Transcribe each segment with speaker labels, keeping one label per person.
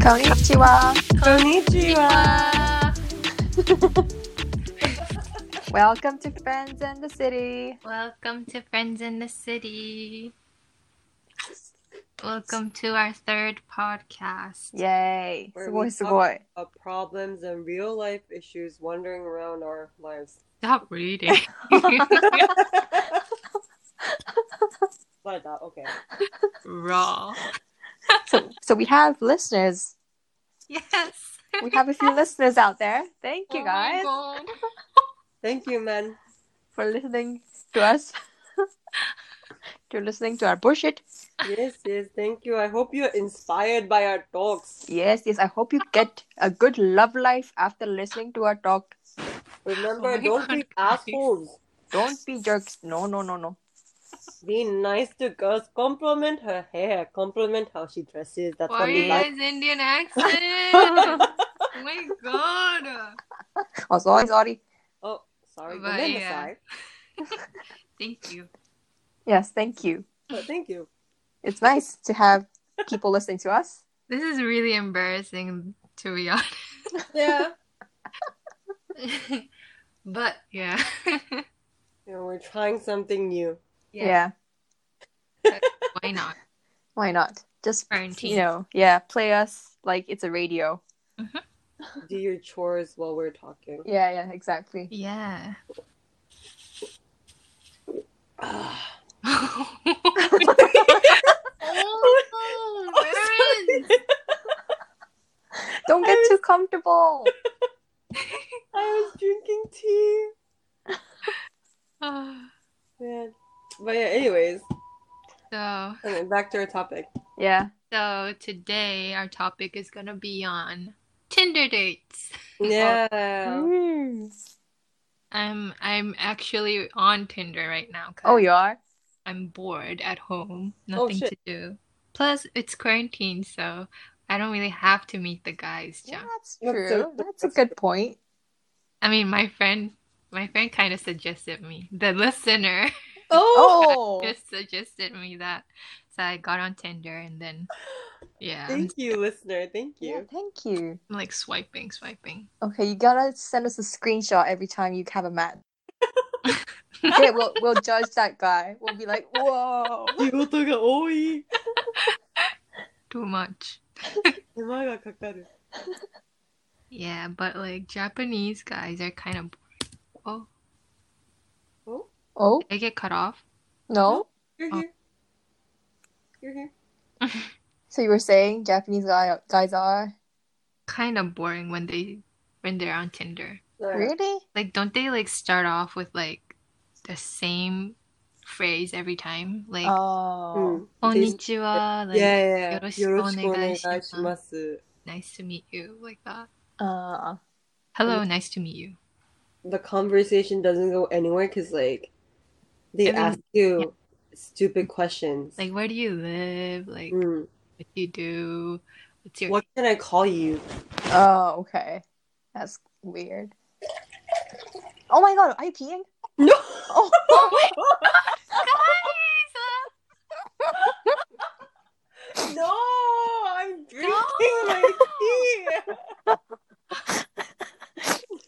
Speaker 1: Konnichiwa.
Speaker 2: Konnichiwa.
Speaker 1: Welcome to Friends in the City.
Speaker 2: Welcome to Friends in the City. Welcome to our third podcast.
Speaker 1: Yay.
Speaker 3: Where
Speaker 1: Sugoi,
Speaker 3: we talk-
Speaker 1: sugoi.
Speaker 3: of problems and real life issues wandering around our lives.
Speaker 2: Stop reading.
Speaker 3: But that, okay.
Speaker 2: Raw.
Speaker 1: So, so we have listeners.
Speaker 2: Yes.
Speaker 1: We have a few listeners out there. Thank you
Speaker 2: Oh my
Speaker 1: guys
Speaker 2: God.
Speaker 3: Thank you, man.
Speaker 1: for listening to us. You're listening to our bullshit.
Speaker 3: Yes, yes, thank you. I hope you're inspired by our talks.
Speaker 1: Yes, yes. I hope you get a good love life after listening to our talk.
Speaker 3: Remember,
Speaker 2: Oh my
Speaker 3: don't
Speaker 2: God,
Speaker 3: be
Speaker 2: guys.
Speaker 3: assholes.
Speaker 1: Don't be jerks. No, no, no, no.
Speaker 3: Be nice to girls. Compliment her hair. Compliment how she dresses. That's
Speaker 2: Why
Speaker 3: what
Speaker 2: are
Speaker 3: we
Speaker 2: you
Speaker 3: like.
Speaker 2: guys Indian accent? Oh my god.
Speaker 1: Oh, sorry, sorry.
Speaker 3: Oh, sorry.
Speaker 2: But,
Speaker 3: But,
Speaker 2: yeah. Thank you.
Speaker 1: Yes, thank you.
Speaker 3: but thank you.
Speaker 1: It's nice to have people listening to us.
Speaker 2: This is really embarrassing to be honest.
Speaker 3: Yeah.
Speaker 2: but yeah.
Speaker 3: You know, we're trying something new.
Speaker 1: yeah.
Speaker 2: Why not?
Speaker 1: Why not? Just
Speaker 2: Quarantine.
Speaker 1: you know, yeah, play us like it's a radio.
Speaker 3: Do your chores while we're talking.
Speaker 1: Yeah, yeah, exactly.
Speaker 2: Yeah.
Speaker 3: Ah.
Speaker 2: oh, Aaron!
Speaker 1: Don't get
Speaker 3: I
Speaker 1: too comfortable.
Speaker 3: I was drinking tea.
Speaker 2: Oh,
Speaker 3: Man. But yeah, anyways,
Speaker 2: so,
Speaker 3: and then back to our topic.
Speaker 1: Yeah.
Speaker 2: so today our topic is gonna be on Tinder dates.
Speaker 3: Yeah.
Speaker 2: I'm I'm actually on Tinder right now. 'cause
Speaker 1: Oh, you are.
Speaker 2: I'm bored at home,
Speaker 3: Oh,
Speaker 2: nothing
Speaker 3: shit.
Speaker 2: to do. Plus, it's quarantine, so I don't really have to meet the guys.
Speaker 1: Yeah,
Speaker 2: John.
Speaker 1: that's
Speaker 3: That's
Speaker 1: true.
Speaker 3: so-
Speaker 1: that's a good point.
Speaker 2: I mean, my friend, my friend kind of suggested me. The listener.
Speaker 1: Oh,
Speaker 2: just suggested me that. So I got on Tinder and then, yeah, I'm,
Speaker 3: Thank you, listener. Thank
Speaker 1: yeah,
Speaker 3: you.
Speaker 1: thank you.
Speaker 2: I'm, like swiping, swiping.
Speaker 1: Okay, you gotta send us a screenshot every time you have a match. yeah, we'll we'll judge that guy. We'll be like, whoa.
Speaker 3: 仕事が多い。
Speaker 2: Too much.
Speaker 3: 手間がかかる。
Speaker 2: Yeah, but like Japanese guys are kind of boring. Oh,
Speaker 1: Oh
Speaker 2: did I get cut off?
Speaker 1: no.
Speaker 3: You're here. You're here.
Speaker 1: So you were saying Japanese guy guys are
Speaker 2: Kind of boring when they when they're on Tinder.
Speaker 3: Sorry.
Speaker 1: really?
Speaker 2: Like, don't they like start off with like the same phrase every time? Like,
Speaker 1: Oh,
Speaker 3: Mm.
Speaker 2: konnichiwa, like,
Speaker 3: Yeah, yeah, yeah. よ
Speaker 2: よろ
Speaker 3: ろ
Speaker 2: し
Speaker 3: し
Speaker 2: く
Speaker 3: くお
Speaker 2: お願
Speaker 3: 願
Speaker 2: い
Speaker 3: い
Speaker 2: し
Speaker 3: し
Speaker 2: ます
Speaker 3: ます。
Speaker 2: nice to meet you, like that.
Speaker 1: uh,
Speaker 2: Hello,
Speaker 3: Mm.
Speaker 2: nice to meet you.
Speaker 3: The conversation doesn't go anywhere because, like, they
Speaker 2: Everyone-
Speaker 3: ask you stupid questions.
Speaker 2: Like, where do you live? Like,
Speaker 3: Mm.
Speaker 2: what do you do? What's your
Speaker 3: What can I call you?
Speaker 1: Oh, okay. That's weird. Oh my god, are you peeing?
Speaker 3: No!
Speaker 1: Oh,
Speaker 3: No! I'm drinking my tea!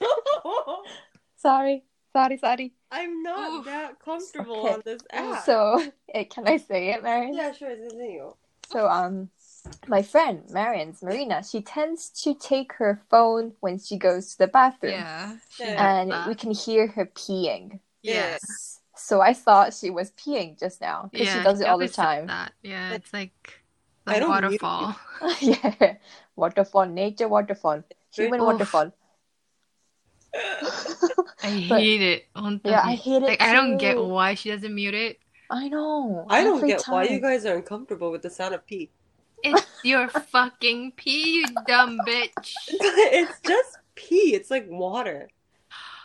Speaker 3: no!
Speaker 1: sorry. Sorry, sorry.
Speaker 3: I'm not
Speaker 2: Oof.
Speaker 3: that comfortable
Speaker 1: Okay.
Speaker 3: on this app.
Speaker 1: So, eh, can I say it, Marion?
Speaker 3: Ah. yeah, sure, it's a deal.
Speaker 1: So, um, my friend, Marion's Marina, she tends to take her phone when she goes to the bathroom.
Speaker 2: Yeah. she
Speaker 3: Yeah.
Speaker 2: does
Speaker 1: And
Speaker 2: that.
Speaker 1: we can hear her peeing.
Speaker 2: yeah.
Speaker 1: So I thought she was peeing just now because
Speaker 2: yeah,
Speaker 1: she does it all the
Speaker 2: always does
Speaker 1: time.
Speaker 2: that. Yeah, it's like
Speaker 3: I
Speaker 2: the
Speaker 3: don't really-
Speaker 2: waterfall.
Speaker 1: yeah. Waterfall, nature waterfall, human
Speaker 2: Oof.
Speaker 1: waterfall.
Speaker 2: I
Speaker 1: But-
Speaker 2: hate it. on the-
Speaker 1: Yeah, I hate it.
Speaker 2: like I don't get
Speaker 1: too.
Speaker 2: why she doesn't mute it.
Speaker 1: I know.
Speaker 3: I don't
Speaker 1: every
Speaker 3: get why
Speaker 1: time.
Speaker 3: you guys are uncomfortable with the sound of pee.
Speaker 2: It's your fucking pee, you dumb bitch.
Speaker 3: it's just pee. It's like water.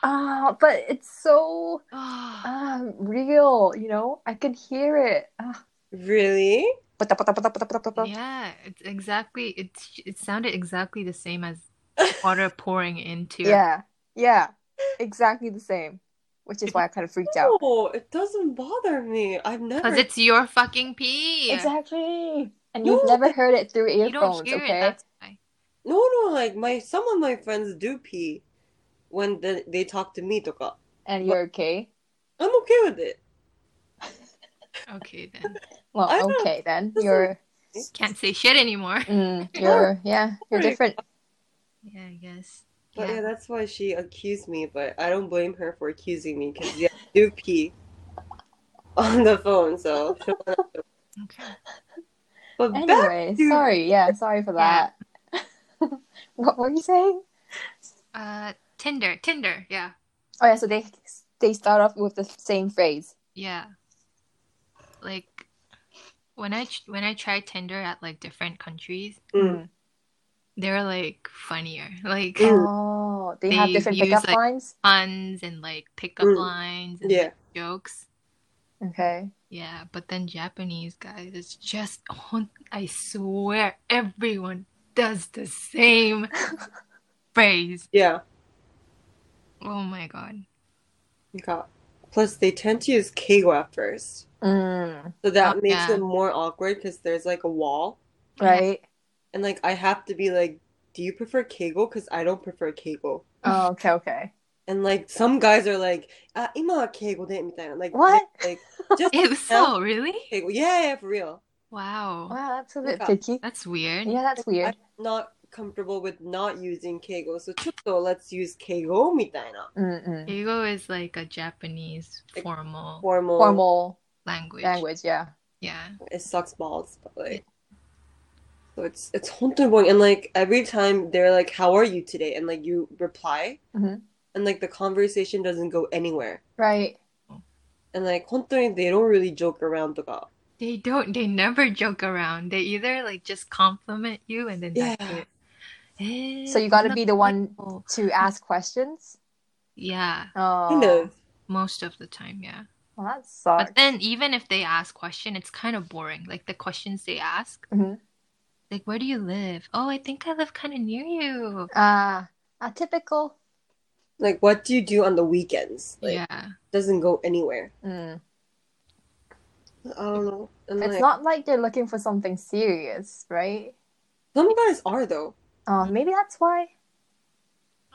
Speaker 1: Ah, but it's so
Speaker 2: Oh,
Speaker 1: um real, you know? I can hear it. Ah.
Speaker 3: Really?
Speaker 1: Pata, pata, pata, pata, pata, pata.
Speaker 2: yeah, it's exactly. It's it sounded exactly the same as water pouring into. your-
Speaker 1: Yeah. Yeah. Exactly the same. Which is why I kind of freaked out.
Speaker 3: No, it doesn't bother me. I've never.
Speaker 2: Cause it's your fucking pee.
Speaker 1: Exactly. And you've
Speaker 3: No.
Speaker 1: never heard it through
Speaker 2: You don't
Speaker 1: earphones,
Speaker 2: hear it.
Speaker 1: okay?
Speaker 2: That's why.
Speaker 3: No, no, like my some of my friends do pee when the, they talk to me とか。
Speaker 1: and you're okay.
Speaker 3: I'm okay with it.
Speaker 2: Okay then.
Speaker 1: Well,
Speaker 3: I don't-
Speaker 1: okay then.
Speaker 3: this is-
Speaker 1: You're,
Speaker 2: Can't say shit anymore.
Speaker 1: mm, you're, yeah, you're
Speaker 3: Sorry.
Speaker 1: different.
Speaker 2: Yeah, I guess.
Speaker 3: But yeah,
Speaker 2: Yeah.
Speaker 3: that's why she accused me, but I don't blame her for accusing me because yeah, I do pee on the phone, so.
Speaker 2: Okay.
Speaker 3: But back,
Speaker 1: Anyway,
Speaker 3: to-
Speaker 1: sorry. Yeah, sorry for that. what were you saying?
Speaker 2: Uh, Tinder, Tinder. Yeah,
Speaker 1: Oh yeah, so they they start off with the same phrase.
Speaker 2: yeah. Like when I ch- when I tried Tinder at like different countries,
Speaker 3: Mm.
Speaker 2: they're like funnier, like
Speaker 3: Mm.
Speaker 1: Oh, they, have
Speaker 2: They
Speaker 1: different
Speaker 2: use,
Speaker 1: pickup
Speaker 2: like-
Speaker 1: lines.
Speaker 2: puns and like pickup
Speaker 3: Mm.
Speaker 2: lines and
Speaker 3: yeah,
Speaker 2: like, jokes.
Speaker 1: Okay.
Speaker 2: Yeah, but then Japanese guys, it's just on. I swear, everyone does the same phrase.
Speaker 3: yeah.
Speaker 2: Oh my god.
Speaker 3: God. Plus, they tend to use keiwa first,
Speaker 1: Mm,
Speaker 3: so that
Speaker 2: Oh,
Speaker 3: makes
Speaker 2: yeah.
Speaker 3: it more awkward because there's like a wall,
Speaker 1: right.
Speaker 3: and like I have to be like, "Do you prefer keigo? Because I don't prefer keigo."
Speaker 1: Oh, okay. Okay.
Speaker 3: And like some guys are like, "Ah, ima wa keigo de," like
Speaker 1: What?
Speaker 3: Like just
Speaker 2: It was so really?
Speaker 3: keigo. Yeah, yeah, for real.
Speaker 2: Wow.
Speaker 1: Wow, that's a bit
Speaker 3: Pickup.
Speaker 1: picky.
Speaker 2: That's weird.
Speaker 1: Yeah, that's weird.
Speaker 3: Not comfortable with not using keigo, so chutto, let's use keigo みたいな
Speaker 1: Mm-mm.
Speaker 2: Ego is like a Japanese
Speaker 3: Like,
Speaker 2: formal
Speaker 3: formal.
Speaker 1: Formal
Speaker 2: language.
Speaker 1: language. Yeah.
Speaker 2: Yeah.
Speaker 3: it sucks balls, but like, so it's it's boring. And like every time they're like, "How are you today?" and like you reply,
Speaker 1: Mhm.
Speaker 3: and like the conversation doesn't go anywhere.
Speaker 1: Right.
Speaker 3: And like 本当に they don't really joke around とか.
Speaker 2: They don't they never joke around. They either like just compliment you and then that's
Speaker 3: Yeah.
Speaker 2: it. Eh,
Speaker 1: So you got to
Speaker 2: no.
Speaker 1: be the one to ask questions.
Speaker 2: Yeah,
Speaker 1: Oh,
Speaker 3: Kind of.
Speaker 2: most of the time, yeah.
Speaker 1: Well, that sucks.
Speaker 2: But then even if they ask question, it's kind of boring. Like the questions they ask.
Speaker 1: Mhm.
Speaker 2: Like where do you live? Oh, I think I live kind of near you.
Speaker 1: Ah, a typical.
Speaker 3: Like what do you do on the weekends? Like
Speaker 2: Yeah.
Speaker 3: doesn't go anywhere.
Speaker 1: Mm.
Speaker 3: I don't know. And
Speaker 1: It's
Speaker 3: like
Speaker 1: not like they're looking for something serious, right?
Speaker 3: some guys are though.
Speaker 1: Oh, maybe that's why.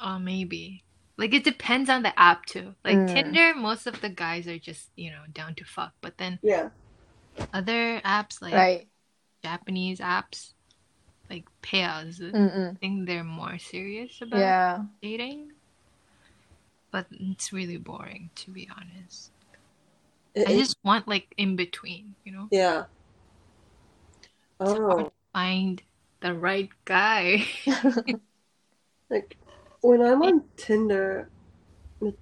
Speaker 2: Oh, maybe. Like it depends on the app too. Like
Speaker 1: Mm.
Speaker 2: Tinder, most of the guys are just, you know, down to fuck. But then
Speaker 3: Yeah.
Speaker 2: other apps like
Speaker 1: Right.
Speaker 2: Japanese apps, like payouts, I
Speaker 1: Mm-mm.
Speaker 2: think they're more serious about
Speaker 1: Mm. Yeah.
Speaker 2: dating. But it's really boring to be honest.
Speaker 3: It
Speaker 2: I
Speaker 3: is-
Speaker 2: just want like in between, you know?
Speaker 3: yeah. I don't
Speaker 2: Oh.
Speaker 3: know.
Speaker 2: Find the right guy.
Speaker 3: Like when I'm on Tinder,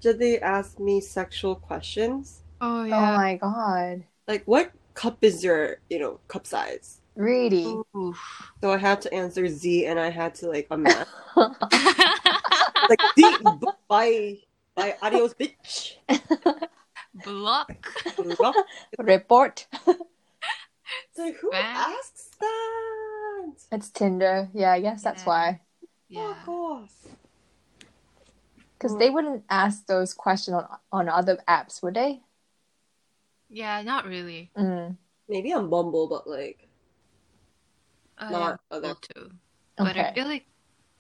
Speaker 3: did they ask me sexual questions?
Speaker 2: Oh
Speaker 1: Oh
Speaker 2: yeah.
Speaker 1: my god.
Speaker 3: like what cup is your you know cup size
Speaker 1: Really?
Speaker 2: Oof.
Speaker 3: so i had to answer z and i had to like a math like z b- bye bye adios bitch
Speaker 2: Block.
Speaker 3: it's
Speaker 1: Report.
Speaker 3: like who
Speaker 2: Bang.
Speaker 3: asks that
Speaker 1: It's Tinder. Yeah, I guess that's
Speaker 2: Yeah.
Speaker 1: why.
Speaker 2: Yeah.
Speaker 3: fuck off
Speaker 1: Because they wouldn't ask those questions on on other apps, would they?
Speaker 2: Yeah, not really.
Speaker 1: Mm.
Speaker 3: maybe i'm bumble but like
Speaker 2: Uh,
Speaker 3: Not
Speaker 2: yeah,
Speaker 3: other-
Speaker 2: Bumble too. But I
Speaker 1: Okay.
Speaker 2: feel like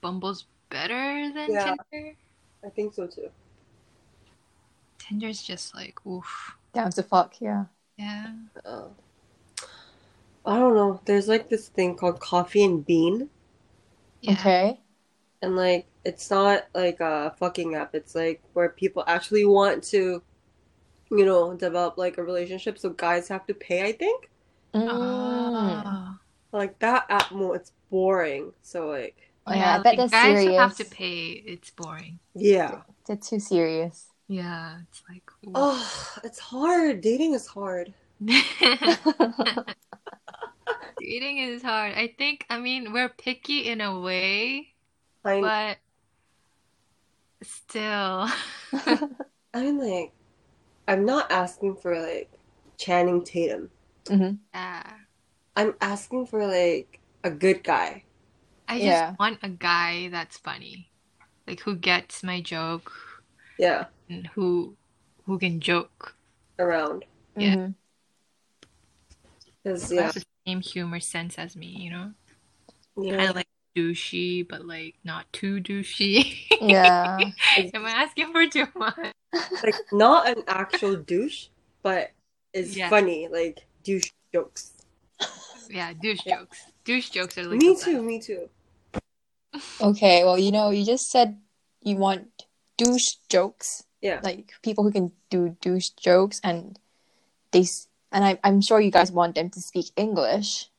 Speaker 2: Bumble's better than
Speaker 3: Yeah.
Speaker 2: Tinder.
Speaker 3: i think so too
Speaker 2: Tinder's just like oof.
Speaker 1: Down to fuck. Yeah.
Speaker 2: Yeah.
Speaker 3: uh, i don't know there's like this thing called coffee and bean
Speaker 2: Yeah.
Speaker 1: Okay.
Speaker 3: and like it's not like a fucking app it's like where people actually want to you know develop like a relationship so guys have to pay i think
Speaker 1: Mm.
Speaker 2: Oh.
Speaker 3: like that app more it's boring so like
Speaker 1: Oh, yeah, I bet
Speaker 2: like,
Speaker 1: they're
Speaker 2: guys who have to
Speaker 1: serious.
Speaker 2: pay. It's boring.
Speaker 3: yeah
Speaker 1: They're too serious.
Speaker 2: Yeah, it's like oof.
Speaker 3: oh it's hard dating is hard
Speaker 2: dating is hard. I think. I mean, we're picky in a way,
Speaker 3: i'm,
Speaker 2: but still.
Speaker 3: I'm like i'm not asking for like channing tatum
Speaker 2: yeah.
Speaker 3: i'm asking for like a good guy
Speaker 2: I just
Speaker 1: Yeah.
Speaker 2: want a guy that's funny, like who gets my joke
Speaker 3: yeah
Speaker 2: and who who can joke.
Speaker 3: around
Speaker 2: Yeah.
Speaker 1: Mhm.
Speaker 3: because
Speaker 2: who
Speaker 3: yeah
Speaker 2: has the same humor sense as me, you know?
Speaker 3: yeah
Speaker 2: Kind of like douchey, but like not too douchey.
Speaker 1: Yeah.
Speaker 2: Am I asking for too much?
Speaker 3: like not an actual douche, but it's
Speaker 2: Yeah.
Speaker 3: funny, like douche jokes.
Speaker 2: Yeah, douche
Speaker 3: Yeah.
Speaker 2: jokes. Douche jokes are like
Speaker 3: me
Speaker 2: the
Speaker 3: too,
Speaker 2: best.
Speaker 3: me too.
Speaker 1: Okay, well, you know, you just said you want douche jokes,
Speaker 3: Yeah.
Speaker 1: like people who can do douche jokes, and they, s- and I, I'm sure you guys want them to speak English,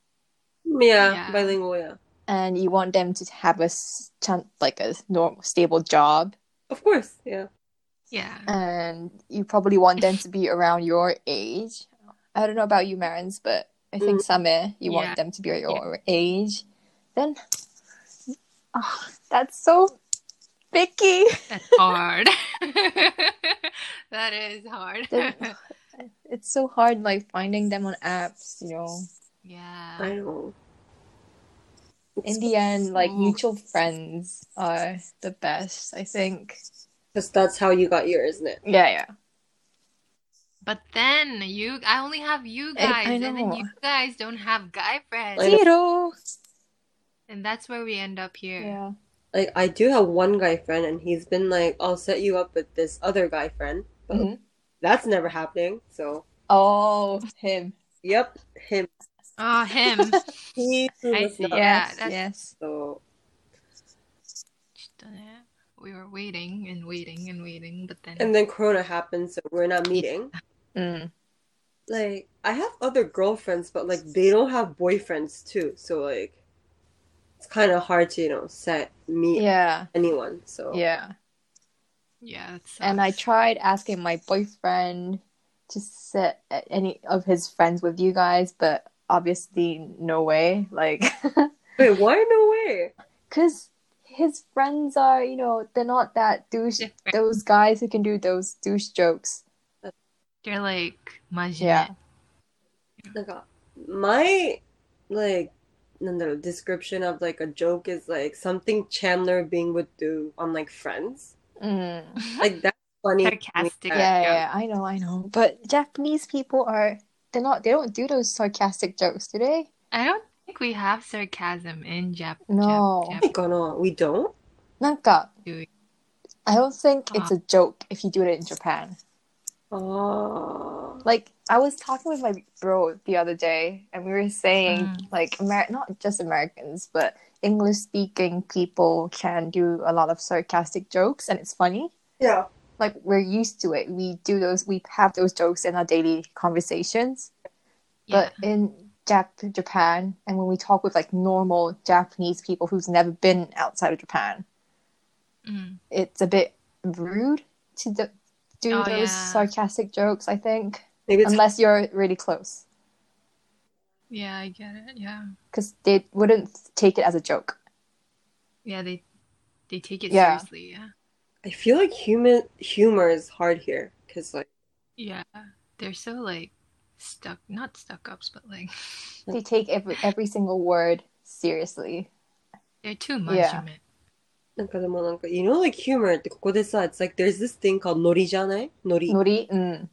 Speaker 3: Yeah,
Speaker 2: Yeah.
Speaker 3: bilingual, yeah.
Speaker 1: and you want them to have a s- chan- like a normal, stable job,
Speaker 3: Of course, yeah.
Speaker 2: Yeah.
Speaker 1: and you probably want them to be around your age. I don't know about you, Marins, but I think Summer, you
Speaker 2: Mm. Yeah.
Speaker 1: want them to be your age. Then, oh, that's so picky.
Speaker 2: That's hard. that is hard.
Speaker 1: They're- it's so hard like finding them on apps you know
Speaker 3: I
Speaker 2: yeah.
Speaker 3: know.
Speaker 1: in the end like
Speaker 2: Ooh.
Speaker 1: mutual friends are the best i think
Speaker 3: Because that's how you got yours, isn't it?
Speaker 1: yeah yeah
Speaker 2: But then you, I only have you
Speaker 1: I- I
Speaker 2: guys, and then
Speaker 1: know.
Speaker 2: you guys don't have guy friends,
Speaker 3: I know.
Speaker 1: zero
Speaker 2: and that's where we end up here.
Speaker 1: yeah
Speaker 3: Like I do have one guy friend and he's been like, I'll set you up with this other guy friend. But
Speaker 1: Mhm.
Speaker 3: that's never happening. So
Speaker 1: oh him
Speaker 3: Yep, him.
Speaker 2: Oh, him.
Speaker 3: He
Speaker 2: I
Speaker 3: was
Speaker 2: see.
Speaker 3: not.
Speaker 2: Yeah,
Speaker 1: yes
Speaker 2: that's-
Speaker 1: yes
Speaker 3: So
Speaker 2: we were waiting and waiting and waiting, but then
Speaker 3: and then Corona happened, so we're not meeting.
Speaker 1: Mm.
Speaker 3: Like I have other girlfriends, but like they don't have boyfriends too. So like it's kind of hard to you know set meet
Speaker 1: yeah
Speaker 3: anyone. So
Speaker 1: yeah
Speaker 2: yeah, that sucks.
Speaker 1: and i tried asking my boyfriend to set a- any of his friends with you guys but obviously no way like
Speaker 3: wait, why no way?
Speaker 1: because his friends are, you know, they're not that douche.
Speaker 2: Different.
Speaker 1: Those guys who can do those douche jokes.
Speaker 2: They're like,
Speaker 1: Yeah.
Speaker 2: yeah.
Speaker 3: Like uh, my like no, no, description of like a joke is like something Chandler Bing would do on like Friends.
Speaker 1: Mm.
Speaker 3: Like that's funny.
Speaker 2: sarcastic.
Speaker 1: Yeah, yeah, I know, I know. But Japanese people are, they're not, they don't do those sarcastic jokes, do they?
Speaker 2: I don't think we have sarcasm in Jap.
Speaker 1: No.
Speaker 2: Jap-
Speaker 3: Like, oh no, we don't.
Speaker 1: なんか,
Speaker 2: Jap-
Speaker 1: I don't think it's a joke if you do it in Japan.
Speaker 3: Oh,
Speaker 1: Like, I was talking with my bro the other day, and we were saying,
Speaker 2: Mm.
Speaker 1: like, Amer- not just Americans, but English speaking people can do a lot of sarcastic jokes, and it's funny.
Speaker 3: yeah.
Speaker 1: like we're used to it. We do those. We have those jokes in our daily conversations.
Speaker 2: yeah.
Speaker 1: But in Jap- Japan, and when we talk with like normal Japanese people who's never been outside of Japan,
Speaker 2: Mm.
Speaker 1: it's a bit rude to do, do
Speaker 2: Oh,
Speaker 1: those
Speaker 2: yeah.
Speaker 1: sarcastic jokes. I think
Speaker 3: Maybe it's
Speaker 1: unless you're really close,
Speaker 2: yeah, I get it. Yeah,
Speaker 1: because they wouldn't take it as a joke.
Speaker 2: yeah. They they take it
Speaker 1: Yeah.
Speaker 2: seriously. Yeah,
Speaker 3: I feel like human humor is hard here because like
Speaker 2: yeah. They're so like stuck, not stuck ups, but like Mm.
Speaker 1: They take every every single word seriously.
Speaker 2: they're too much.
Speaker 1: Yeah.
Speaker 2: I meant.
Speaker 3: なんかでもなんか you know like humor ってここでさ it's like there's this thing called ノリじゃないノリ
Speaker 1: Nori, mm,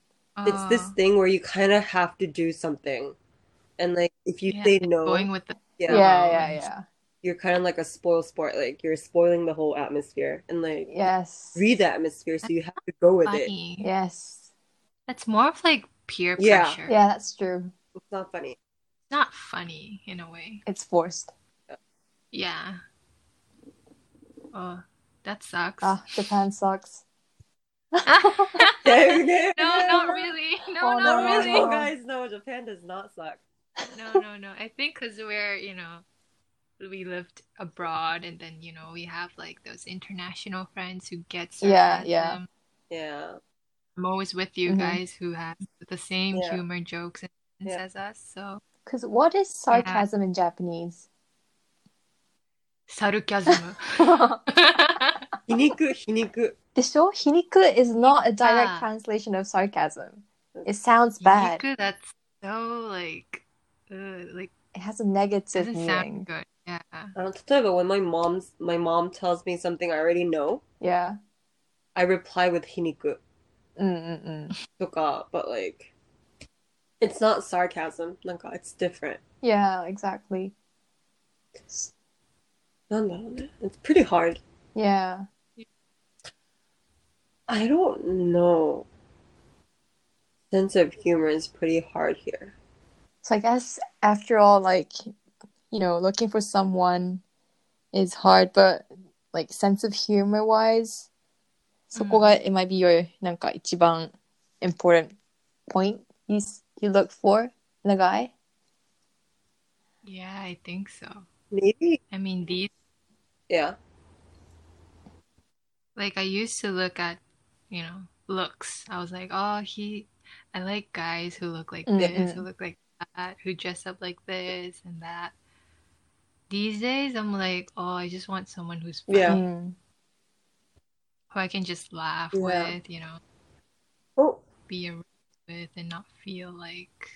Speaker 3: it's this
Speaker 2: Oh,
Speaker 3: thing where you kind of have to do something and like if you
Speaker 2: yeah,
Speaker 3: say
Speaker 2: they're
Speaker 3: no
Speaker 2: Ah, going with the
Speaker 1: yeah,
Speaker 3: yeah,
Speaker 1: yeah, yeah.
Speaker 3: you're kind of like a spoil sport like you're spoiling the whole atmosphere and like
Speaker 1: Yes,
Speaker 3: read the atmosphere so you have to go with it
Speaker 2: funny.
Speaker 1: yes,
Speaker 2: That's more of like peer
Speaker 3: Yeah.
Speaker 2: pressure.
Speaker 1: yeah. That's true.
Speaker 3: it's not funny
Speaker 2: Not funny in a way.
Speaker 1: It's forced.
Speaker 2: Yeah. Oh, that sucks.
Speaker 1: Ah, Japan sucks.
Speaker 3: no
Speaker 2: no, not really. No,
Speaker 1: Oh,
Speaker 2: not
Speaker 1: no,
Speaker 2: really.
Speaker 1: no.
Speaker 3: guys no Japan does not suck
Speaker 2: no, no, no. I think because we're, you know, we lived abroad and then, you know, we have like those international friends who get
Speaker 1: Yeah,
Speaker 2: sarcasm.
Speaker 1: yeah.
Speaker 3: yeah
Speaker 2: I'm always with you
Speaker 1: Mhm.
Speaker 2: guys who have the same
Speaker 3: Yeah.
Speaker 2: humor jokes and
Speaker 3: Yeah.
Speaker 2: as us. So,
Speaker 1: Because what is sarcasm in Japanese?
Speaker 2: sarcasm.
Speaker 3: 皮肉皮肉
Speaker 1: Desho? Hiniku is not a direct
Speaker 2: Yeah.
Speaker 1: translation of sarcasm. It sounds bad.
Speaker 2: Yuku, That's so like, uh, like,
Speaker 1: It has a negative
Speaker 2: doesn't sound
Speaker 1: meaning.
Speaker 2: good. Yeah.
Speaker 3: あの Uh, 例えば when my mom's my mom tells me something I already know
Speaker 1: Yeah. Mm,
Speaker 3: I reply with 皮肉
Speaker 1: Mm-mm-mm.
Speaker 3: とか but like it's not sarcasm なんか it's different
Speaker 1: Yeah, exactly.
Speaker 3: なんだろうね。It's pretty hard.
Speaker 1: Yeah.
Speaker 3: I don't know. Sense of humor is pretty hard here.
Speaker 1: So I guess after all, like, you know, looking for someone is hard, but like sense of humor wise, そこが it might be your なんか一番 important point you s- you look for in a guy.
Speaker 2: Yeah, I think so.
Speaker 3: Maybe.
Speaker 2: I mean, these
Speaker 3: Yeah.
Speaker 2: like I used to look at, you know, looks. I was like, oh, he, I like guys who look like this, who look like that, who dress up like this and that. These days, I'm like, oh, I just want someone who's fun,
Speaker 3: Yeah.
Speaker 1: Mm.
Speaker 2: who I can just laugh
Speaker 3: Yeah.
Speaker 2: with, you know,
Speaker 3: Oh,
Speaker 2: be around with, and not feel like,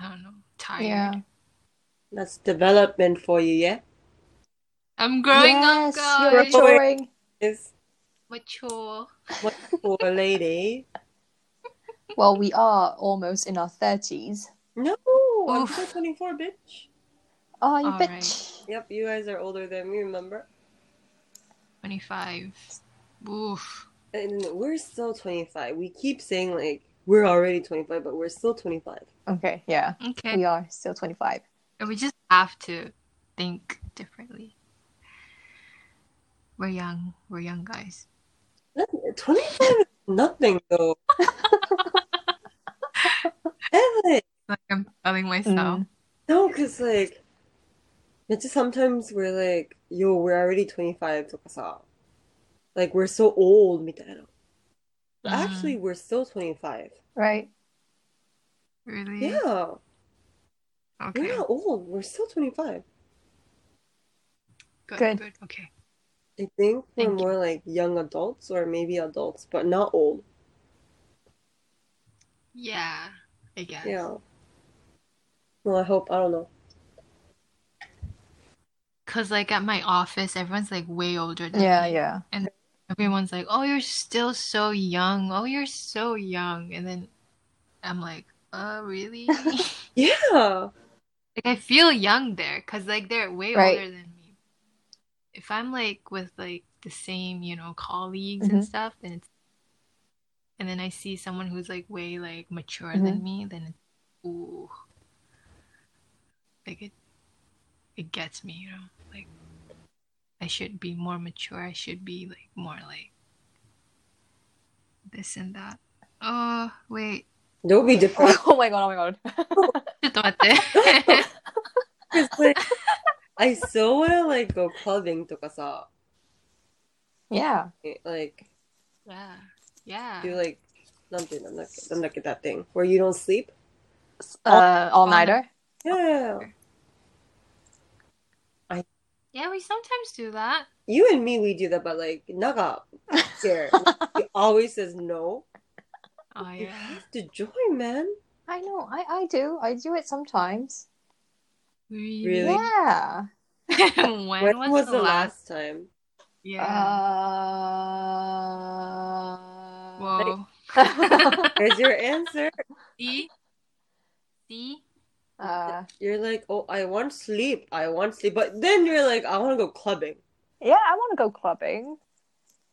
Speaker 2: I don't know, tired.
Speaker 1: Yeah.
Speaker 3: that's development for you, yeah?
Speaker 2: I'm growing
Speaker 1: yes,
Speaker 2: up,
Speaker 1: you're
Speaker 2: guys.
Speaker 3: mature.
Speaker 1: maturing.
Speaker 3: Is
Speaker 2: mature.
Speaker 3: what for a lady?
Speaker 1: Well, we are almost in our thirties.
Speaker 3: No, I'm
Speaker 2: Oof.
Speaker 3: still 24, bitch.
Speaker 1: Oh, you
Speaker 2: All right.
Speaker 1: bitch.
Speaker 3: Yep, you guys are older than me, remember?
Speaker 2: 25. Oof.
Speaker 3: And we're still 25. We keep saying, like, we're already 25, but we're still 25.
Speaker 1: Okay, yeah,
Speaker 2: Okay.
Speaker 1: we are still twenty-five.
Speaker 2: And we just have to think differently. We're young. We're young guys.
Speaker 3: That- 25 is nothing, though. Evan!
Speaker 2: Like I'm telling myself.
Speaker 1: Mm.
Speaker 3: No, because, like, it's just sometimes we're like, yo, we're already 25 to Like, we're so old, みたいな。But
Speaker 2: Mhm.
Speaker 3: actually, we're still 25.
Speaker 1: Right?
Speaker 2: Really?
Speaker 3: Yeah,
Speaker 2: Mm-hmm. Okay.
Speaker 3: we're not old. We're still 25.
Speaker 2: Good,
Speaker 1: Good.
Speaker 2: good. Okay.
Speaker 3: I think we're
Speaker 2: Thank you.
Speaker 3: more like young adults or maybe adults, but not old.
Speaker 2: Yeah. I guess.
Speaker 3: Yeah. Well, I hope. I don't know.
Speaker 2: Cause like at my office, everyone's like way older than
Speaker 1: Yeah,
Speaker 2: me.
Speaker 1: yeah.
Speaker 2: Everyone's like, "Oh, you're still so young. Oh, you're so young." And then I'm like, "Uh, really?" like
Speaker 3: Yeah.
Speaker 2: I feel young there, cause like they're way
Speaker 1: Right.
Speaker 2: older than me. If I'm like with like the same, you know, colleagues
Speaker 1: Mhm.
Speaker 2: and stuff, then it's and then I see someone who's like way like mature than me, then it's ooh. Like it it gets me, you know. Like I should be more mature. I should be like more like this and that. Oh, wait.
Speaker 3: Don't be depressed.
Speaker 1: Oh my god! Oh my god!
Speaker 2: ちょっと待って。
Speaker 3: 'Cause, like, I so want to like go clubbing とかさ
Speaker 1: yeah.
Speaker 3: like
Speaker 2: yeah. Yeah.
Speaker 3: do like なんていうんだなんだっけなんだっけ that thing where you don't sleep.
Speaker 1: Uh, all nighter.
Speaker 3: Yeah.
Speaker 2: Yeah, we sometimes do that.
Speaker 3: You and me, we do that, but like Naga here, he always says no.
Speaker 2: Oh
Speaker 3: You
Speaker 2: yeah.
Speaker 3: have to join, man.
Speaker 1: I know. I I do. I do it sometimes.
Speaker 2: Really?
Speaker 3: Really?
Speaker 1: Yeah.
Speaker 2: when,
Speaker 3: When
Speaker 2: was, the,
Speaker 3: last
Speaker 2: last?
Speaker 3: time?
Speaker 2: Yeah.
Speaker 1: Uh...
Speaker 2: Whoa.
Speaker 3: There's your answer.
Speaker 2: See? See?
Speaker 1: uh,
Speaker 3: You're like, oh, I want sleep. I want sleep. But then you're like, I want to go clubbing.
Speaker 1: yeah, I want to go clubbing.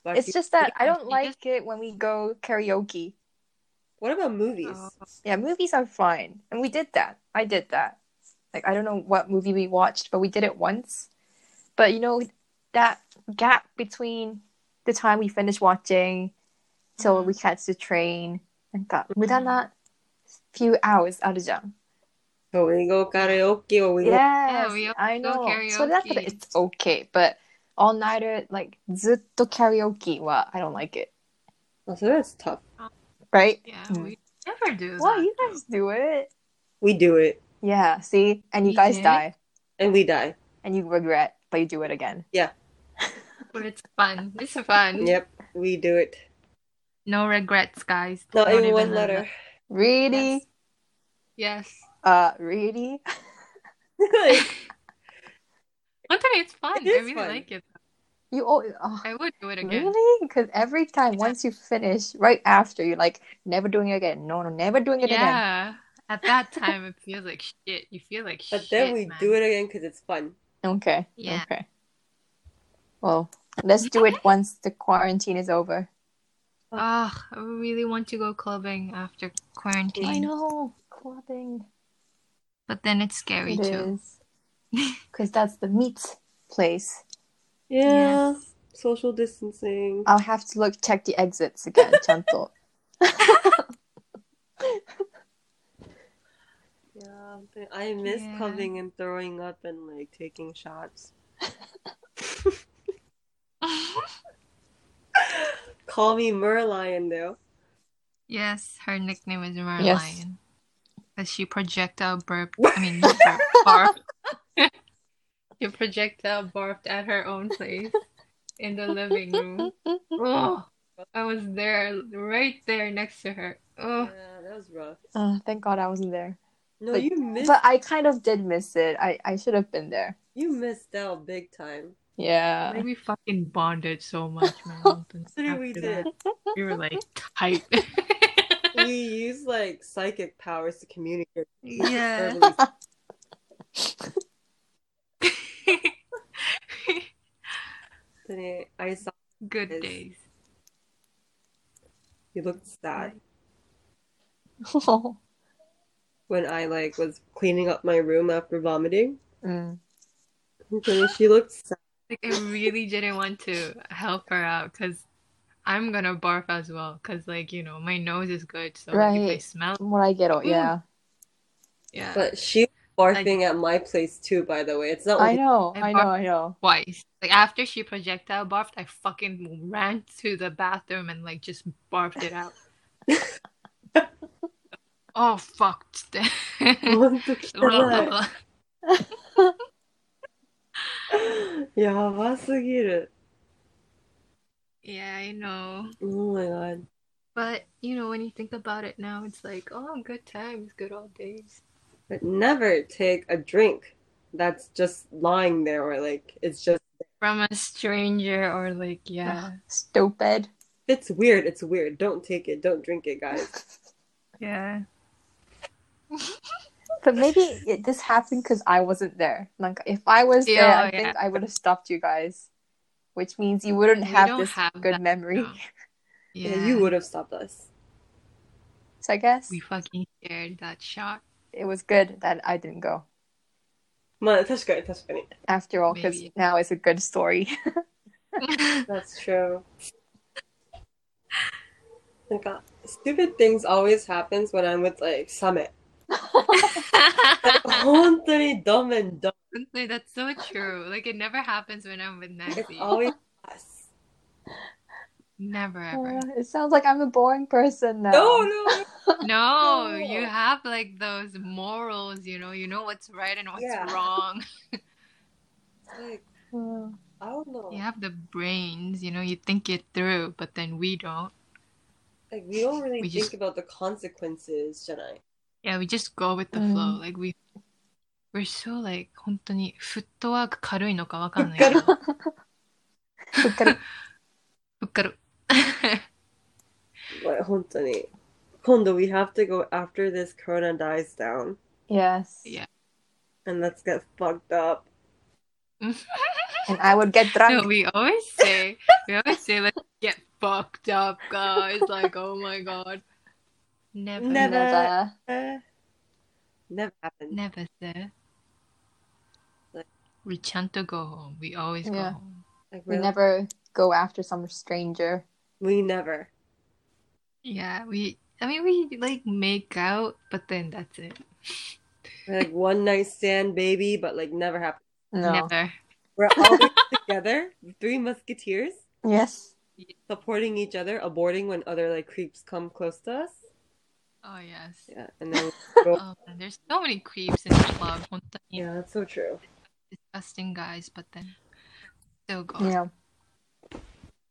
Speaker 3: But
Speaker 1: It's
Speaker 3: you-
Speaker 1: just that I
Speaker 2: Yeah,
Speaker 1: don't
Speaker 2: you
Speaker 1: like
Speaker 2: just-
Speaker 1: it when we go karaoke.
Speaker 3: what about movies?
Speaker 2: Oh,
Speaker 1: Yeah, movies are fine, and we did that. I did that. Like I don't know what movie we watched, but we did it once. But you know that gap between the time we finished watching till
Speaker 2: Mm.
Speaker 1: we catch the train, and got that few hours out of jump.
Speaker 3: So we go karaoke or we go.
Speaker 1: Yes,
Speaker 2: we all
Speaker 1: I know.
Speaker 2: go
Speaker 1: So that's
Speaker 2: karaoke.
Speaker 1: it's okay, but all nighter like ずっと karaoke は I don't like it,
Speaker 3: Oh, so that's tough.
Speaker 1: right?
Speaker 2: yeah,
Speaker 1: Mm.
Speaker 2: we never do that.
Speaker 1: Well, you guys do it.
Speaker 3: We do it
Speaker 1: Yeah, see, and you
Speaker 2: We
Speaker 1: guys
Speaker 2: did?
Speaker 1: die,
Speaker 3: and we die.
Speaker 1: and you regret, but you do it again.
Speaker 2: But it's fun. It's fun.
Speaker 3: Yep, we do it.
Speaker 2: No regrets, guys.
Speaker 3: Not
Speaker 2: Don't
Speaker 3: in one
Speaker 2: even
Speaker 3: letter.
Speaker 1: Really?
Speaker 2: Yes. Yes.
Speaker 1: Uh, really?
Speaker 2: One time it's fun.
Speaker 3: It is
Speaker 2: I really
Speaker 3: fun.
Speaker 2: like it.
Speaker 1: You all? Oh,
Speaker 2: I would do it again.
Speaker 1: really? Because every time, once you finish, right after, you're like, never doing it again. No, no, never doing it again.
Speaker 2: Yeah. At that time, it feels like shit. You feel like shit.
Speaker 3: but then we
Speaker 2: man.
Speaker 3: do it again because it's fun.
Speaker 1: Okay.
Speaker 2: Yeah.
Speaker 1: Okay. Well, let's do it once the quarantine is over.
Speaker 2: Oh, I really want to go clubbing after quarantine.
Speaker 1: I know. Clubbing.
Speaker 2: But then it's scary
Speaker 1: It
Speaker 2: too.
Speaker 1: is. Because that's the meat place.
Speaker 3: Yeah.
Speaker 2: Yes.
Speaker 3: Social distancing.
Speaker 1: I'll have to look check the exits again, Chanto.
Speaker 3: Yeah, but I miss
Speaker 2: Yeah.
Speaker 3: clubbing and throwing up and like taking shots. Call me Merlion though.
Speaker 2: yes, her nickname is Merlion.
Speaker 1: Yes.
Speaker 2: Because she projectile burped, I mean, not burped, barfed. she projectile barfed at her own place in the living room. Oh, I was there, right there next to her. Oh,
Speaker 3: Yeah, that was rough.
Speaker 1: Uh, thank God I wasn't there.
Speaker 3: No,
Speaker 1: But-
Speaker 3: you missed
Speaker 1: But I kind of did miss it. I, I should have been there.
Speaker 3: you missed out big time.
Speaker 1: Yeah.
Speaker 2: like we fucking bonded so much, man.
Speaker 3: Consider we
Speaker 2: After
Speaker 3: did.
Speaker 2: that, We were like tight.
Speaker 3: We used like psychic powers to communicate.
Speaker 2: yeah.
Speaker 3: verbally. Today, I saw
Speaker 2: Good
Speaker 3: Yes.
Speaker 2: days.
Speaker 3: you looked sad
Speaker 1: mm.
Speaker 3: when I like was cleaning up my room after vomiting.
Speaker 1: Mm.
Speaker 3: Okay, she looked sad.
Speaker 2: Like I really didn't want to help her out because I'm gonna barf as well. Cause like you know my nose is good, so if I
Speaker 1: Right.
Speaker 2: smell,
Speaker 1: From what I get, oh, yeah.
Speaker 2: yeah,
Speaker 3: But she was barfing at my place too, by the way. It's not
Speaker 1: I
Speaker 3: like
Speaker 1: know.
Speaker 2: I
Speaker 1: I know. I know.
Speaker 2: twice. Like after she projectile barfed, I fucking ran to the bathroom and like just barfed it out. oh fucked.
Speaker 3: What the fuck?
Speaker 2: yeah, I know.
Speaker 3: Oh my god.
Speaker 2: But you know when you think about it now, it's like oh good times, good old days.
Speaker 3: But never take a drink that's just lying there or like it's just
Speaker 2: From a stranger or like yeah,
Speaker 1: Stupid.
Speaker 3: it's weird, it's weird. Don't take it, don't drink it, guys.
Speaker 2: yeah.
Speaker 1: But maybe it, this happened because I wasn't there. Like, if I was
Speaker 2: Yeah, oh,
Speaker 1: there, I
Speaker 2: yeah.
Speaker 1: think I would have stopped you guys, which means you wouldn't
Speaker 2: We
Speaker 1: have
Speaker 2: don't
Speaker 1: this
Speaker 2: have
Speaker 1: good
Speaker 2: that,
Speaker 1: memory.
Speaker 2: no.
Speaker 3: Yeah, you would have stopped us.
Speaker 1: So I guess
Speaker 2: We fucking shared that shot.
Speaker 1: it was good that I didn't go
Speaker 3: Ma, that's good, that's funny.
Speaker 1: after all, because
Speaker 2: Maybe.
Speaker 1: now it's a good story.
Speaker 3: That's true. Like, uh, stupid things always happens when I'm with like Summit. 本当に dumb and dumb.
Speaker 2: Like, That's so true. Like it never happens when I'm with
Speaker 3: It's
Speaker 2: Nancy.
Speaker 3: always us.
Speaker 2: Never ever.
Speaker 1: Uh, it sounds like I'm a boring person now.
Speaker 3: No, no, no.
Speaker 2: No, you
Speaker 3: No.
Speaker 2: have like those morals, you know, you know what's right and what's
Speaker 3: Yeah.
Speaker 2: wrong.
Speaker 3: It's like,
Speaker 1: Mm.
Speaker 3: I don't know.
Speaker 2: You have the brains, you know, you think it through, but then we don't.
Speaker 3: Like we don't really
Speaker 2: We
Speaker 3: think
Speaker 2: just-
Speaker 3: about the consequences, Jenai.
Speaker 2: Yeah, we just go with the
Speaker 1: Mm.
Speaker 2: flow. Like we we're so like 本当にフットワーク軽いのかわかんないけど。 ふっかる。
Speaker 3: But Hontani. Kondo, we have to go after this corona dies down.
Speaker 1: yes.
Speaker 2: Yeah.
Speaker 3: And let's get fucked up.
Speaker 1: And I would get drunk.
Speaker 2: No, we always say we always say let's get fucked up, guys. Like, oh my god. Never
Speaker 3: Never.
Speaker 1: Never.
Speaker 3: Eh, Never happened.
Speaker 2: never sir.
Speaker 3: Like-
Speaker 2: We chant to go home. We always go
Speaker 1: Yeah.
Speaker 2: home.
Speaker 3: Like
Speaker 1: We
Speaker 3: we're-
Speaker 1: never go after some stranger.
Speaker 3: we never.
Speaker 2: Yeah, we I mean we like make out, but then that's it.
Speaker 3: We're like one night stand baby, but like never happened.
Speaker 1: No.
Speaker 2: Never.
Speaker 3: We're always together, the three musketeers,
Speaker 1: Yes.
Speaker 3: supporting each other, aborting when other like creeps come close to us.
Speaker 2: Oh yes.
Speaker 3: Yeah. And then
Speaker 2: Oh, man, there's so many creeps in the club. 本当に
Speaker 3: Yeah, that's so true.
Speaker 2: Disgusting guys, but then still go.
Speaker 1: Yeah.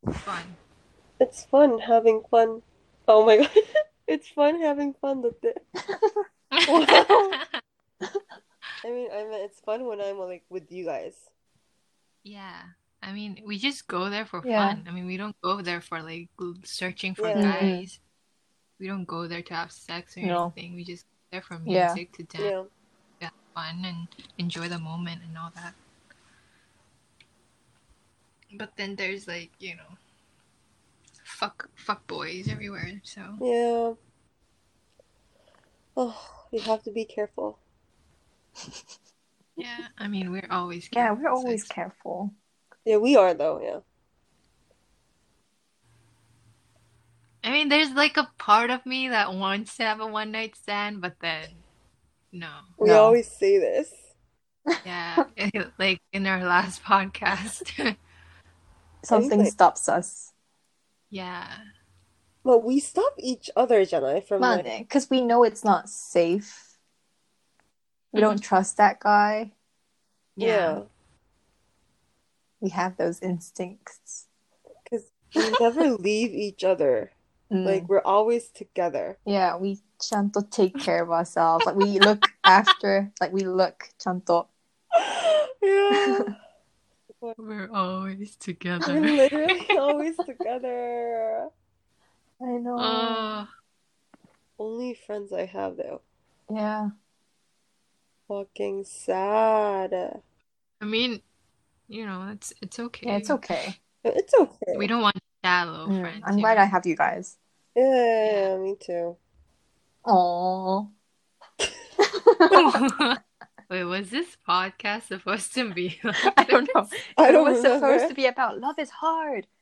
Speaker 2: Fun.
Speaker 3: It's fun having fun. Oh my god. It's fun having fun with it. I mean, I mean, it's fun when I'm like with you guys.
Speaker 2: Yeah. I mean, we just go there for
Speaker 1: Yeah.
Speaker 2: fun. I mean, we don't go there for like l- searching for
Speaker 3: Yeah.
Speaker 1: Mhm.
Speaker 2: guys. We don't go there to have sex or
Speaker 1: No.
Speaker 2: anything. We just go there for
Speaker 1: Yeah.
Speaker 2: music to dance,
Speaker 3: Yeah.
Speaker 2: to have fun, and enjoy the moment and all that. But then there's like, you know, fuck fuck boys everywhere. So
Speaker 3: Yeah. Oh, we have to be careful.
Speaker 2: yeah, I mean we're always
Speaker 1: Yeah,
Speaker 2: careful,
Speaker 1: we're
Speaker 2: so
Speaker 1: always
Speaker 2: it's-
Speaker 1: careful.
Speaker 3: Yeah, we are though. Yeah.
Speaker 2: I mean, there's like a part of me that wants to have a one night stand, but then no.
Speaker 3: We
Speaker 1: No.
Speaker 3: always say this.
Speaker 2: Yeah, like in our last podcast.
Speaker 1: Something
Speaker 3: Anyway.
Speaker 1: stops us.
Speaker 2: yeah,
Speaker 3: But we stop each other, Jenna, from like,
Speaker 1: Because we know it's not safe. We
Speaker 3: Mm-hmm.
Speaker 1: don't trust that guy.
Speaker 2: yeah,
Speaker 1: We have those instincts.
Speaker 3: yeah. We never leave each other.
Speaker 1: Mm.
Speaker 3: Like we're always together.
Speaker 1: yeah, we ちゃんと take care of ourselves. Like we look after, like we look ちゃんと.
Speaker 3: yeah.
Speaker 2: we're always
Speaker 3: We're
Speaker 2: together.
Speaker 3: literally always together.
Speaker 1: I know.
Speaker 2: oh,
Speaker 3: Only friends I have though.
Speaker 1: yeah.
Speaker 3: Fucking sad.
Speaker 2: I mean, you know, it's it's okay.
Speaker 1: Yeah, it's okay.
Speaker 3: It's okay.
Speaker 2: We don't want shallow
Speaker 1: Mm,
Speaker 2: friends.
Speaker 1: I'm
Speaker 2: you
Speaker 1: glad
Speaker 2: know?
Speaker 1: I have you guys.
Speaker 3: Yeah, me too.
Speaker 1: Oh,
Speaker 2: Wait, was this podcast supposed to be like
Speaker 1: I don't know.
Speaker 3: I don't
Speaker 1: it was
Speaker 3: remember.
Speaker 1: supposed to be about love is hard.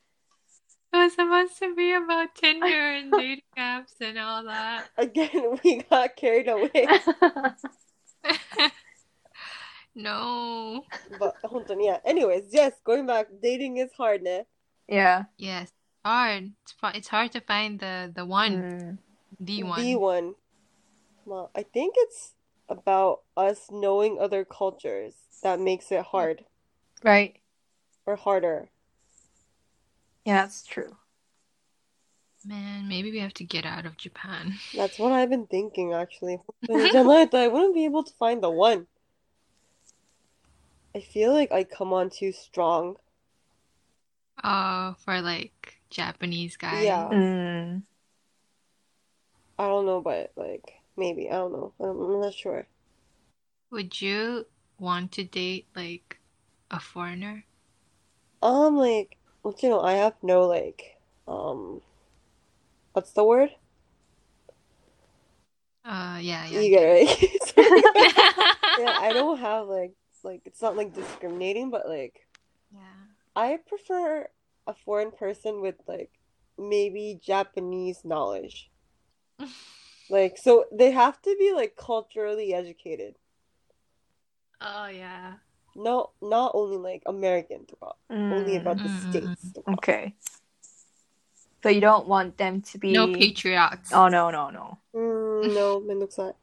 Speaker 2: It was supposed to be about Tinder and dating apps and all that.
Speaker 3: Again, we got carried away.
Speaker 2: no.
Speaker 3: but hold on, yeah. Anyways, yes, going back, dating is hard, ne?
Speaker 1: yeah.
Speaker 2: Yes. Hard. It's, fi- it's hard to find the the one,
Speaker 1: Mm.
Speaker 2: the one.
Speaker 3: The one. Well, I think it's about us knowing other cultures that makes it hard
Speaker 1: Right.
Speaker 3: or harder.
Speaker 1: Yeah, that's true.
Speaker 2: Man, maybe we have to get out of Japan.
Speaker 3: That's what I've been thinking actually. Jamaica, I wouldn't be able to find the one. I feel like I come on too strong.
Speaker 2: Uh, for like Japanese guys.
Speaker 3: Yeah.
Speaker 1: Mm.
Speaker 3: I don't know, but like maybe I don't know. I'm I'm not sure.
Speaker 2: Would you want to date like a foreigner?
Speaker 3: Um, like, what you know, I have no like, um, what's the word?
Speaker 2: Uh, yeah, yeah.
Speaker 3: You get it. right?
Speaker 2: yeah.
Speaker 3: Yeah, I don't have like like it's not like discriminating, but like
Speaker 2: Yeah.
Speaker 3: I prefer a foreign person with like maybe Japanese knowledge. Like, so they have to be like culturally educated.
Speaker 2: Oh, yeah.
Speaker 3: No, not only like American throughout, only
Speaker 1: Mm.
Speaker 3: about the
Speaker 2: Mm.
Speaker 3: states throughout.
Speaker 1: Okay. So you don't want them to be.
Speaker 2: No patriots.
Speaker 1: Oh no no no!
Speaker 3: Mm, no, mendokusai.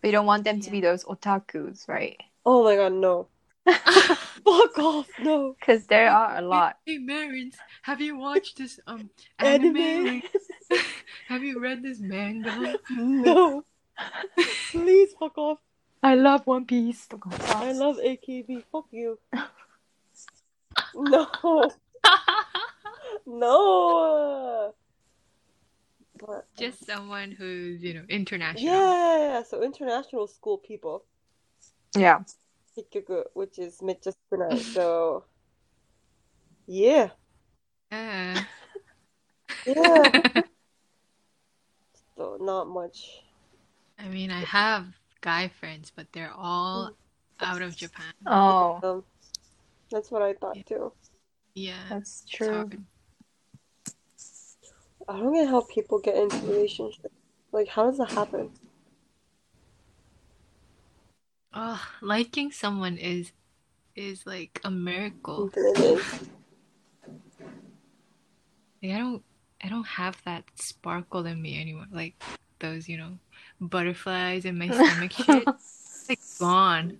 Speaker 1: But you don't want them to
Speaker 2: Yeah.
Speaker 1: be those otakus, right?
Speaker 3: Oh my god, no. Fuck off, no.
Speaker 1: Because there are a lot.
Speaker 2: Hey, Marins, have you watched this um
Speaker 3: Anime.
Speaker 2: anime? have you read this manga?
Speaker 3: No. Please fuck off.
Speaker 1: I love One Piece. Oh,
Speaker 3: I love AKB. Fuck you. No. No. But
Speaker 2: Just someone who's you know international.
Speaker 3: yeah, so international school people.
Speaker 1: Yeah.
Speaker 3: 結局 which is めっちゃ少ない so yeah
Speaker 2: Yeah.
Speaker 3: yeah ちょっと not much
Speaker 2: I mean, I have guy friends, but they're all
Speaker 3: Oh.
Speaker 2: out of Japan.
Speaker 1: Oh,
Speaker 3: um that's what I thought too
Speaker 2: Yeah,
Speaker 1: that's
Speaker 2: it's
Speaker 1: true.
Speaker 2: hard.
Speaker 3: I don't get how people get into relationships like how does that happen
Speaker 2: Oh, liking someone is is like a miracle.
Speaker 3: It is.
Speaker 2: Like, I don't I don't have that sparkle in me anymore. Like those, you know, butterflies in my stomach shit. It's like gone.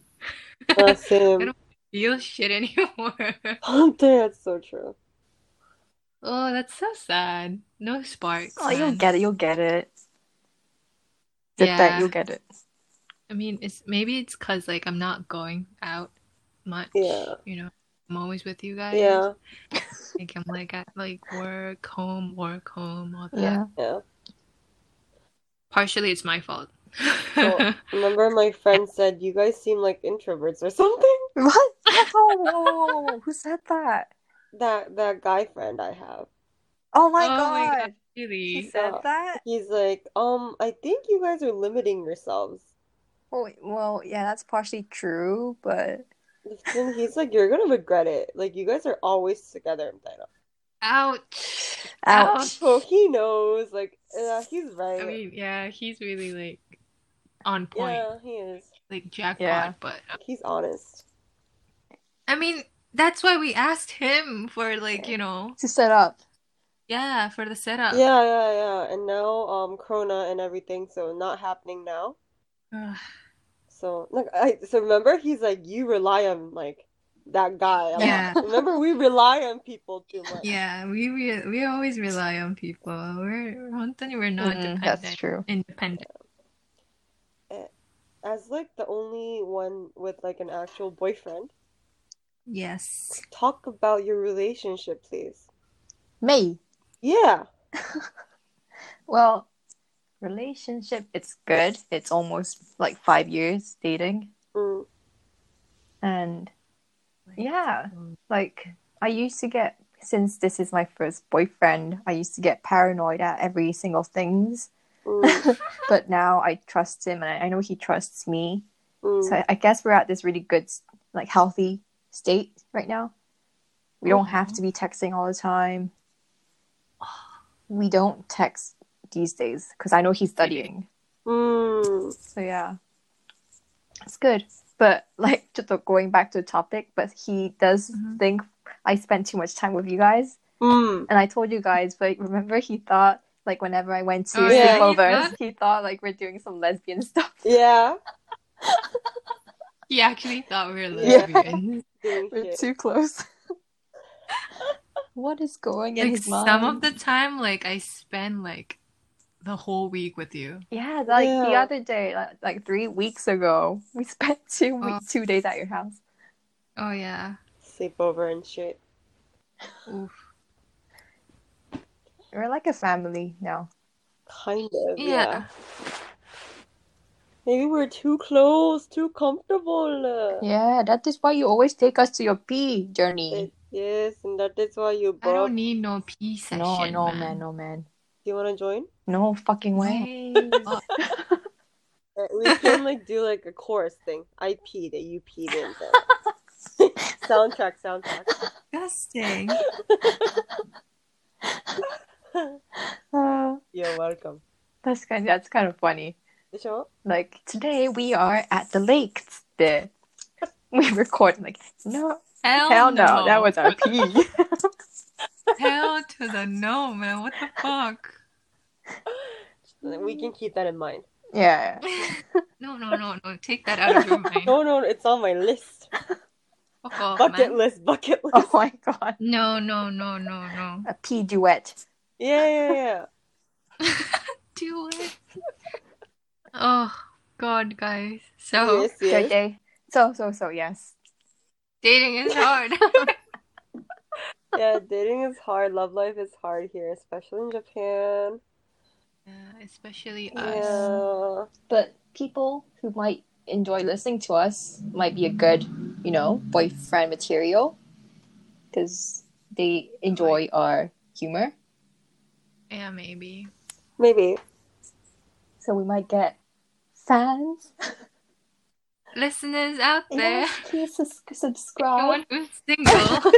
Speaker 3: Uh, same
Speaker 2: don't- Feel shit anymore.
Speaker 3: that's so true
Speaker 2: Oh, that's so sad. No sparks.
Speaker 1: Oh, you'll
Speaker 2: man.
Speaker 1: get it. You'll get it. Did
Speaker 2: Yeah.
Speaker 1: that? You'll get it.
Speaker 2: I mean, it's maybe it's cause like I'm not going out much.
Speaker 3: Yeah.
Speaker 2: You know, I'm always with you guys.
Speaker 3: yeah
Speaker 2: Like I'm like at like work, home, work, home, all that.
Speaker 1: Yeah.
Speaker 3: yeah
Speaker 2: Partially, it's my fault.
Speaker 3: So, remember my friend said you guys seem like introverts or something?
Speaker 1: What? Oh, whoa, whoa, whoa, whoa. who said that?
Speaker 3: That that guy friend I have.
Speaker 1: Oh my
Speaker 2: oh my
Speaker 1: god.
Speaker 2: god, really?
Speaker 1: He said
Speaker 3: Yeah.
Speaker 1: that?
Speaker 3: He's like, um, I think you guys are limiting yourselves.
Speaker 1: Well, well, yeah, that's partially true, but
Speaker 3: And he's like, you're gonna regret it. Like you guys are always together in Thailand.
Speaker 2: Ouch.
Speaker 1: Ouch.
Speaker 3: So he knows, like, yeah, he's right.
Speaker 2: I mean, yeah, he's really like on point,
Speaker 3: Yeah, he is.
Speaker 2: like jackpot.
Speaker 1: Yeah.
Speaker 2: But um,
Speaker 3: He's honest.
Speaker 2: I mean, that's why we asked him for like you know,
Speaker 1: to set up.
Speaker 2: yeah, for the setup.
Speaker 3: Yeah, yeah, yeah. And now, um, Corona and everything, so not happening now.
Speaker 2: Ugh.
Speaker 3: So, like, I so remember he's like, you rely on like that guy. a lot."
Speaker 2: Yeah.
Speaker 3: Remember, we rely on people too much.
Speaker 2: Yeah, we re- we always rely on people. We're 本当に we're not
Speaker 1: Mm,
Speaker 2: dependent.
Speaker 1: that's true.
Speaker 2: Independent.
Speaker 3: As like the only one with like an actual boyfriend,
Speaker 2: Yes.
Speaker 3: talk about your relationship, please.
Speaker 1: Me.
Speaker 3: Yeah.
Speaker 1: Well, relationship it's good. It's almost like 5 years dating
Speaker 3: Mm.
Speaker 1: and Yeah. like I used to get since this is my first boyfriend, I used to get paranoid at every single things,
Speaker 3: Mm.
Speaker 1: but now I trust him and I, I know he trusts me.
Speaker 3: Mm.
Speaker 1: So I, I guess we're at this really good, like healthy state right now. We don't have to be texting all the time. We don't text these days because I know he's studying.
Speaker 3: Mm.
Speaker 1: So yeah, it's good. But like, just going back to the topic, but he does
Speaker 2: Mhm.
Speaker 1: think I spend too much time with you guys,
Speaker 3: Mm.
Speaker 1: and I told you guys. But remember, he thought like whenever I went to
Speaker 2: Oh,
Speaker 3: yeah, he
Speaker 1: sleepovers,
Speaker 2: thought-
Speaker 1: he thought like we're doing some lesbian stuff.
Speaker 3: Yeah.
Speaker 2: He actually thought we were
Speaker 3: Yeah.
Speaker 2: lesbian.
Speaker 3: Doing
Speaker 1: We're
Speaker 3: shit.
Speaker 1: too close. what is going in
Speaker 2: like
Speaker 1: his mind?
Speaker 2: some of the time, like I spend like the whole week with you.
Speaker 1: Yeah, like the
Speaker 3: Yeah.
Speaker 1: other day, like, like three weeks ago, we spent two we-
Speaker 2: Oh.
Speaker 1: two days at your house.
Speaker 2: Oh yeah.
Speaker 3: Sleepover and shit.
Speaker 2: Oof.
Speaker 1: We're like a family now.
Speaker 3: Kind of,
Speaker 2: Yeah.
Speaker 3: yeah. Maybe we're too close, too comfortable.
Speaker 1: Yeah, that is why you always take us to your pee journey.
Speaker 3: It- yes, and that is why you
Speaker 2: I
Speaker 3: brought.
Speaker 2: don't need no pee session.
Speaker 1: no, no, man. no, man,
Speaker 3: Do you want to join?
Speaker 1: no fucking way.
Speaker 2: Fuck.
Speaker 3: Uh, We can like do like a chorus thing. I peed it, you peed it. then. soundtrack, soundtrack.
Speaker 2: Disgusting.
Speaker 1: Uh,
Speaker 3: You're welcome.
Speaker 1: that's kind. That's kind of funny.
Speaker 3: でしょ?
Speaker 1: Like today we are at the lake. There, we record. Like no,
Speaker 2: Hell,
Speaker 1: hell no, that was our pee.
Speaker 2: hell to the no, man. What the fuck?
Speaker 3: We can keep that in mind.
Speaker 1: yeah.
Speaker 2: no, no, no, no. Take that out of your mind.
Speaker 3: No, no, it's on my list.
Speaker 2: Fuck off,
Speaker 3: Bucket
Speaker 2: Mm. Oh, man.
Speaker 3: list, bucket list.
Speaker 1: Oh my god,
Speaker 2: No, no, no, no, no.
Speaker 1: a pee duet.
Speaker 3: Yeah, yeah, yeah.
Speaker 2: Do it. Oh God, guys. So
Speaker 3: Yes,
Speaker 1: Good
Speaker 3: yes.
Speaker 1: day. So so so yes.
Speaker 2: dating is hard.
Speaker 3: Yeah, dating is hard. Love life is hard here, especially in Japan.
Speaker 2: Yeah, especially us.
Speaker 3: Yeah.
Speaker 1: But people who might enjoy listening to us might be a good, you know, boyfriend material because they enjoy our humor.
Speaker 2: Yeah, maybe.
Speaker 3: Maybe.
Speaker 1: So we might get fans.
Speaker 2: Listeners out there,
Speaker 1: Yeah, please sus-
Speaker 2: anyone
Speaker 1: subscribe.
Speaker 2: who's single,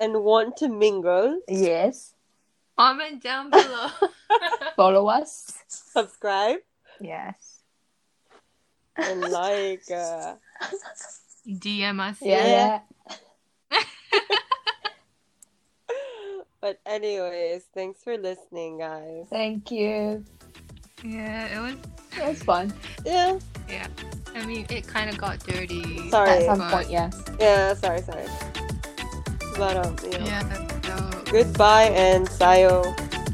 Speaker 3: And want to mingle.
Speaker 1: Yes,
Speaker 2: comment down below.
Speaker 1: follow us.
Speaker 3: subscribe
Speaker 1: Yes.
Speaker 3: and like uh,
Speaker 2: DM us.
Speaker 1: Yeah. yeah.
Speaker 3: but anyways thanks for listening guys
Speaker 1: Thank you.
Speaker 2: Yeah, it was.
Speaker 1: It was fun
Speaker 3: yeah
Speaker 2: I mean, it kind of got dirty.
Speaker 3: Sorry.
Speaker 1: at some
Speaker 2: but-
Speaker 1: point. Yes.
Speaker 3: yeah sorry sorry but um you know.
Speaker 2: Yeah. So.
Speaker 3: goodbye and sayo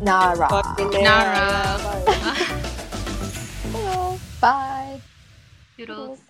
Speaker 1: Nara.
Speaker 3: fucking nara.
Speaker 2: Nara.
Speaker 3: Yeah, bye.
Speaker 1: Bye.
Speaker 2: Toodles.